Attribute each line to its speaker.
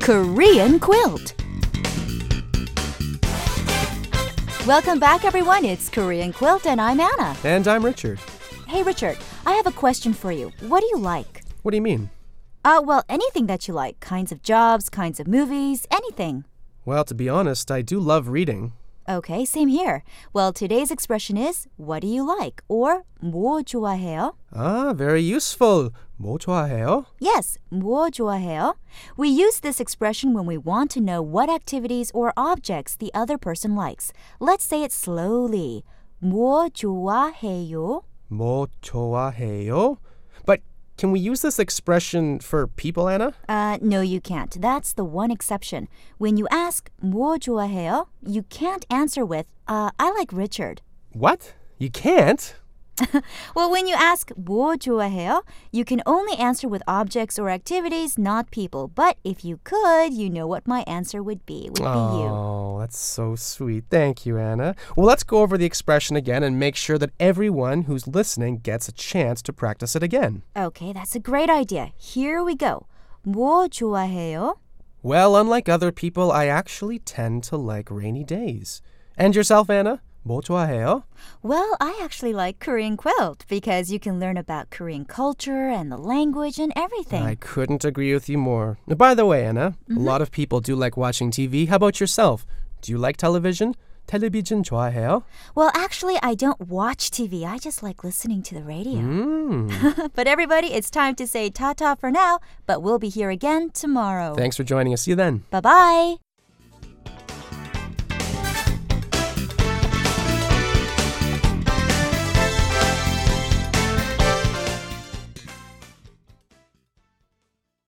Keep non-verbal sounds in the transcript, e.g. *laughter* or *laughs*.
Speaker 1: Korean quilt. Welcome back, everyone. It's Korean Quilt, and I'm Anna.
Speaker 2: And I'm Richard.
Speaker 1: Hey, Richard, I have a question for you. What do you like?
Speaker 2: What do you mean?
Speaker 1: Uh, well, anything that you like kinds of jobs, kinds of movies, anything.
Speaker 2: Well, to be honest, I do love reading.
Speaker 1: Okay, same here. Well, today's expression is what do you like or 뭐 좋아해요?
Speaker 2: Ah, very useful. 뭐 좋아해요?
Speaker 1: Yes, 뭐 좋아해요? We use this expression when we want to know what activities or objects the other person likes. Let's say it slowly. 뭐 좋아해요?
Speaker 2: 뭐 좋아해요? But can we use this expression for people, Anna?
Speaker 1: Uh, no, you can't. That's the one exception. When you ask 뭐 좋아해요, you can't answer with uh, I like Richard.
Speaker 2: What? You can't?
Speaker 1: Well, when you ask 뭐 좋아해요, you can only answer with objects or activities, not people. But if you could, you know what my answer would be. Would be you.
Speaker 2: Oh, that's so sweet. Thank you, Anna. Well, let's go over the expression again and make sure that everyone who's listening gets a chance to practice it again.
Speaker 1: Okay, that's a great idea. Here we go. 뭐 좋아해요?
Speaker 2: Well, unlike other people, I actually tend to like rainy days. And yourself, Anna? 뭐 좋아해요?
Speaker 1: Well, I actually like Korean quilt because you can learn about Korean culture and the language and everything.
Speaker 2: I couldn't agree with you more. By the way, Anna, a lot of people do like watching TV. How about yourself? Do you like television? 텔레비전 좋아해요?
Speaker 1: Well, actually, I don't watch TV. I just like listening to the radio.
Speaker 2: Mm.
Speaker 1: *laughs* but everybody, it's time to say ta ta for now, but we'll be here again tomorrow.
Speaker 2: Thanks for joining us. See you then.
Speaker 1: Bye bye.